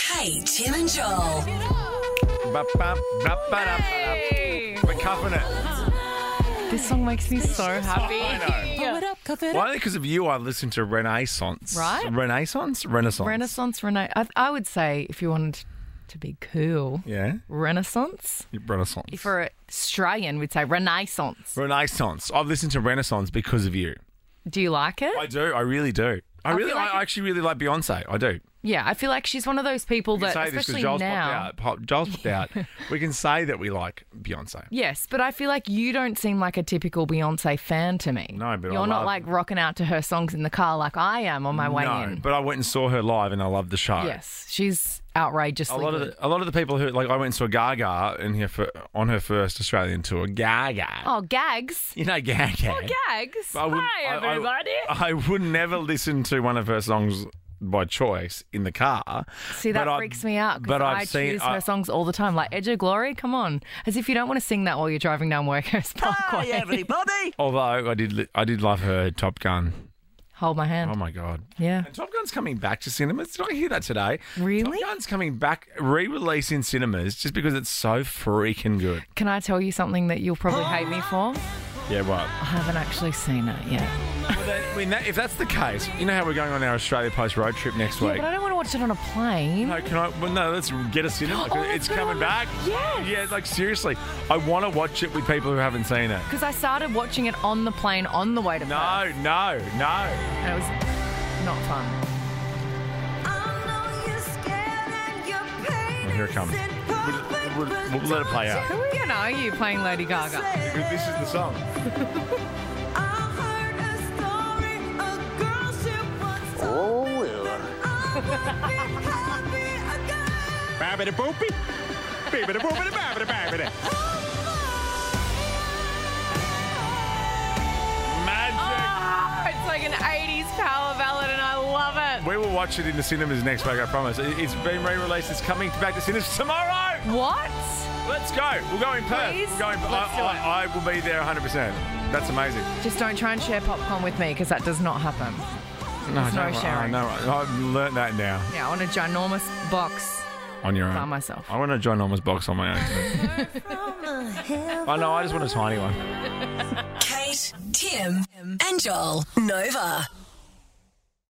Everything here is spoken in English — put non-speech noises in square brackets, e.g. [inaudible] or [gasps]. Hey, Tim and Joel. Ba, ba, ba, ba, da, ba, Hey. da. We're cuffing it. This song makes me so happy. Well, only because of you, I listen to Renaissance. Right? Renaissance? Renaissance. Renaissance, Rena- I, I would say if you wanted to be cool, Yeah. Renaissance. Renaissance. If we're Australian, we'd say Renaissance. Renaissance. I've listened to Renaissance because of you. Do you like it? I do. I really do. I, I really, feel like I it- actually really like Beyonce. I do. yeah, I feel like she's one of those people We can that, say this because especially Joel's now. popped out. Pop, Joel's popped [laughs] out. We can say that we like Beyonce. Yes, but I feel like you don't seem like a typical Beyonce fan to me. No, but I you're not love- like rocking out to her songs in the car like I am on my way no, in. but I went and saw her live, and I loved the show. yes, she's outrageously. A lot of good. the, a lot of the people who like I went and saw Gaga in here for, on her first Australian tour. Gaga. oh gags, You know Gaga. Oh, gags. I wouldn't- Hi I- I- everybody. I would never listen to one of her songs by choice in the car. See, that but I- freaks me out. 'cause But I I've seen. choose I- her songs all the time. Like Edge of Glory, come on. As if you don't want to sing that while you're driving down [laughs] Workhurst Ah, Parkway. everybody. although I did, li- I did love her Top Gun. Hold my hand. Oh my god. yeah. And Top Gun's coming back to cinemas. Did I hear that today? Really? Top Gun's coming back, re-release in cinemas, just because it's so freaking good. Can I tell you something that you'll probably hate me for? Yeah, right. I haven't actually seen it yet. Well, that, I mean, that, if that's the case, you know how we're going on our Australia Post road trip next Yeah, week. but I don't want to watch it on a plane. No, can I? Well, no, let's get a cinema. [gasps] Oh, let's it's go coming on- back. Yes. Yeah, like seriously, I want to watch it with people who haven't seen it. Because I started watching it on the plane on the way to Perth, No, no, no. and it was not fun. Well, here it comes. We'll, we'll- we'll let it play out. Who even are you playing Lady Gaga? Because this is the song. Oh, Babbity boopy. Babbity boopity babbity babbity. Magic. Oh, it's like an 80s power ballad, and I love We will watch it in the cinemas next week, I promise. It- It's been re released. It's coming back to cinemas tomorrow. it. What? Let's go. We'll go in Perth. Please? We'll go in, I, Let's do I, I will be there 100%. That's amazing. Just don't try and share popcorn with me, because that does not happen. No, There's no sharing. no, I've learnt that now. Yeah, on a ginormous box. On your own. By myself. I want to join Norma's box on my [laughs] own. Oh, I know, I just want a tiny one. Kate, Tim, and Joel. Nova.